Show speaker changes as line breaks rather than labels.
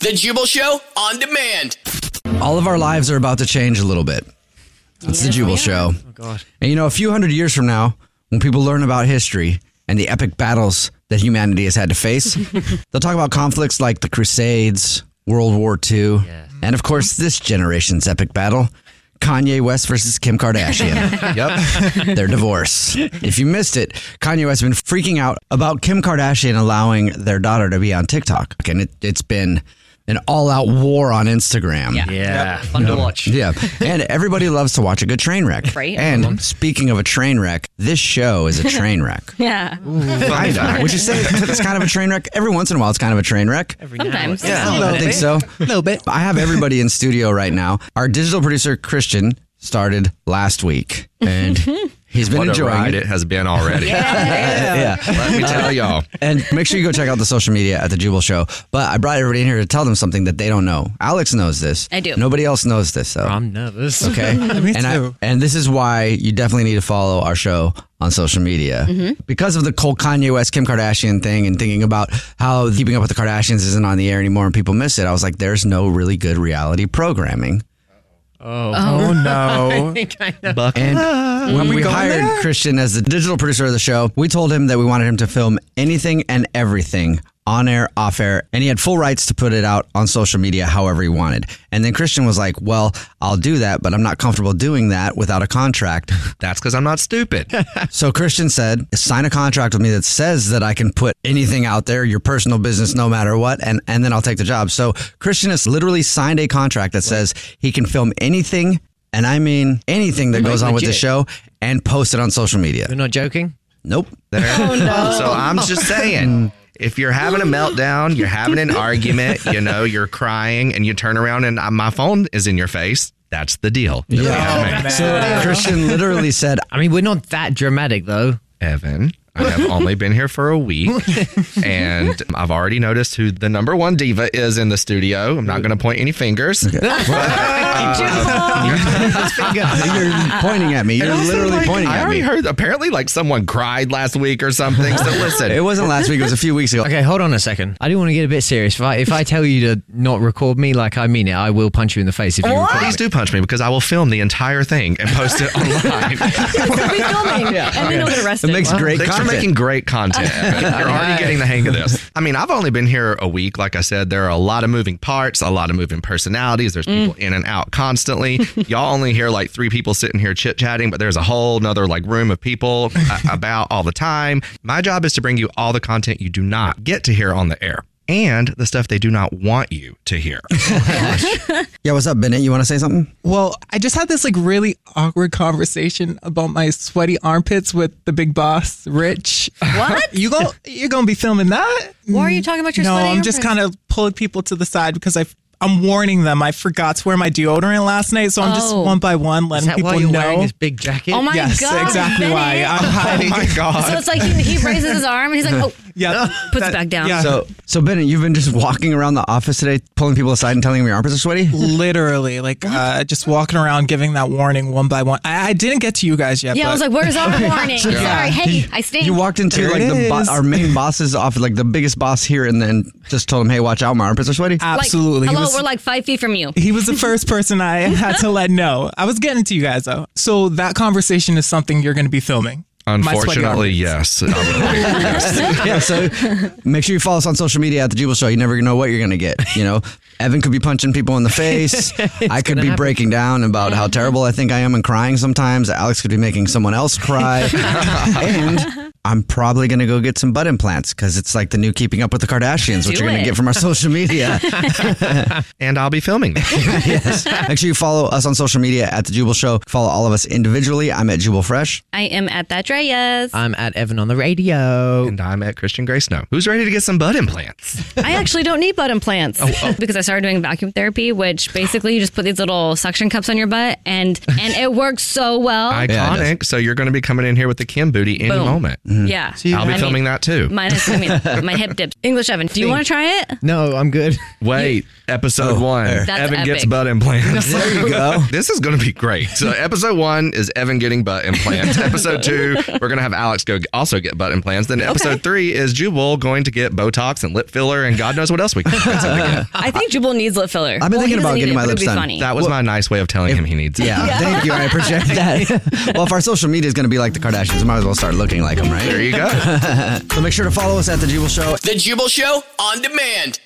The Jubal Show on demand.
All of our lives are about to change a little bit. It's the Jubal Show. Oh, God. And you know, a few hundred years from now, when people learn about history and the epic battles that humanity has had to face, they'll talk about conflicts like the Crusades, World War II, and of course, this generation's epic battle. Kanye West versus Kim Kardashian. yep. Their divorce. If you missed it, Kanye West has been freaking out about Kim Kardashian allowing their daughter to be on TikTok. And it, it's been an all out war on Instagram.
Yeah.
Yeah.
Fun to watch.
Yeah. And everybody loves to watch a good train wreck.
Right.
And speaking of a train wreck, this show is a train wreck.
Yeah.
Kinda. Would you say it's kind of a train wreck? Every once in a while, it's kind of a train wreck.
Sometimes.
I don't think so. A little bit. I have everybody in studio right now. Our digital producer, Christian, started last week. And he's been
what a
enjoying
ride
it.
it has been already.
Yeah.
Let me tell y'all.
And make sure you go check out the social media at the Jubal Show. But I brought everybody in here to tell them something that they don't know. Alex knows this.
I do.
Nobody else knows this, though.
I'm nervous.
Okay. and I, and this is why you definitely need to follow our show on social media. Because of the whole Kanye West, Kim Kardashian thing and thinking about how keeping up with the Kardashians isn't on the air anymore and people miss it, I was like, there's no really good reality programming.
Oh no.
And when we hired Christian as the digital producer of the show, we told him that we wanted him to film anything and everything on air, off air, and he had full rights to put it out on social media however he wanted. And then Christian was like, Well, I'll do that, but I'm not comfortable doing that without a contract.
That's because I'm not stupid.
Oh, So Christian said, sign a contract with me that says that I can put anything out there, your personal business, no matter what, and, and then I'll take the job. So Christian has literally signed a contract that says he can film anything, and I mean anything that goes on with the
legit.
show and post it on social media.
You're not joking?
Nope.
So I'm just saying. If you're having a meltdown, you're having an argument, you know, you're crying, and you turn around and uh, my phone is in your face, that's the deal. Yeah.
So Christian literally said,
I mean, we're not that dramatic, though.
Evan, I have only been here for a week, and I've already noticed who the number one diva is in the studio. I'm not going to point any fingers.
You're pointing at me. You're
Also,
literally
like,
pointing
I
at
already
me.
heard apparently like someone cried last week or something. So listen,
It wasn't last week, it was a few weeks ago.
Okay, hold on a second. I do want to get a bit serious. If I, if I tell you to not record me, like I mean it, I will punch you in the face if you record
please
me.
do punch me because I will film the entire thing and post it online.
We'll be filming, and then I'll get
It
arrested.
makes great
Thanks for making
content.
great content. Evan. You're already getting the hang of this. I mean, I've only been here a week. Like I said, there are a lot of moving parts, a lot of moving personalities. There's people
Mm.
in and out constantly. Y'all only hear like three people sitting here chit chatting, but there's a whole nother like room of people uh, about all the time. My job is to bring you all the content you do not get to hear on the air. And the stuff they do not want you to hear.
Oh
Yeah, what's up, Bennett? You want to say something?
Well, I just had this like really awkward conversation about my sweaty armpits with the big boss, Rich.
What?
you go? You're gonna be filming that?
Why are you talking about your
no,
sweaty
I'm just
armpits?
kind of pulling people to the side because I. I'm warning them. I forgot to wear my deodorant last night, so I'm just
Oh.
one by one
Is
letting
that
people
why you're
know.
wearing this big jacket?
Oh my
yes,
god!
exactly why
Bennett.
I'm hiding.
God.
So it's like he, he raises his arm and he's like, "Oh,
Yeah,
Puts it back down.
Yeah,
So, so Bennett, you've been just walking around the office today, pulling people aside and telling them your armpits are sweaty?
literally, like uh, just walking around giving that warning one by one. I, I didn't get to you guys yet.
yeah."
but
I was like, "Where's our warning?" Sorry, hey, I stink.
You walked into
There
like
it
the
is.
bo- our main boss's office, like the biggest boss here, and then just told him, "Hey, watch out, my armpits are sweaty."
Like,
absolutely. He
hello,
was-
we're like five feet from you.
He was the first person I had to let know. I was getting to you guys though. So that conversation is something you're going to be filming. My sweaty
Unfortunately,
armpits.
yes. Um, I would-
yeah, so make sure you follow us on social media at the Jubal Show. You never know what you're gonna get. You know, Evan could be punching people in the face. I could be breaking down about how terrible I think I am and crying sometimes. Alex could be making someone else cry, and I'm probably gonna go get some butt implants because it's like the new Keeping Up with the Kardashians, which
Do
you're gonna
it.
get from our social media.
and I'll be filming that.
yes. Make sure you follow us on social media at the Jubal Show. Follow all of us individually. I'm at Jubal Fresh.
I am at that Dreya's.
I'm at Evan on the radio.
And I'm at Christian Gray Snow, who's ready to get some butt implants.
I actually don't need butt implants because I started doing vacuum therapy, which basically you just put these little suction cups on your butt, and and it works so well.
Iconic.
Yeah, it
so you're going to be coming in here with the Kim booty any
Boom.
moment.
Yeah.
I'll be
I mean,
filming that too.
Mine is, I mean, my hip dips. English Evan, do you want to try it?
No, I'm good.
Wait, episode one.
That's
Evan gets
epic.
butt implants.
Oh, There you go.
This is going to be great. So, episode one is Evan getting butt implants. episode two, we're going to have Alex go also get butt implants. Then, episode three is Jubal going to get Botox and lip filler and God knows what else we can convince him to get.
I think Jubal needs lip filler.
I've been
Well, he
thinking about
doesn't need
getting
it,
my
but it'd
lips
be
done.
funny.
That was my nice way of telling him he needs it.
Yeah, thank you. I appreciate that. well, if our social media is going to be like the Kardashians, we might as well start looking like them,
There
right?
you go.
So make sure to follow us at The Jubal Show
The Jubal Show on demand.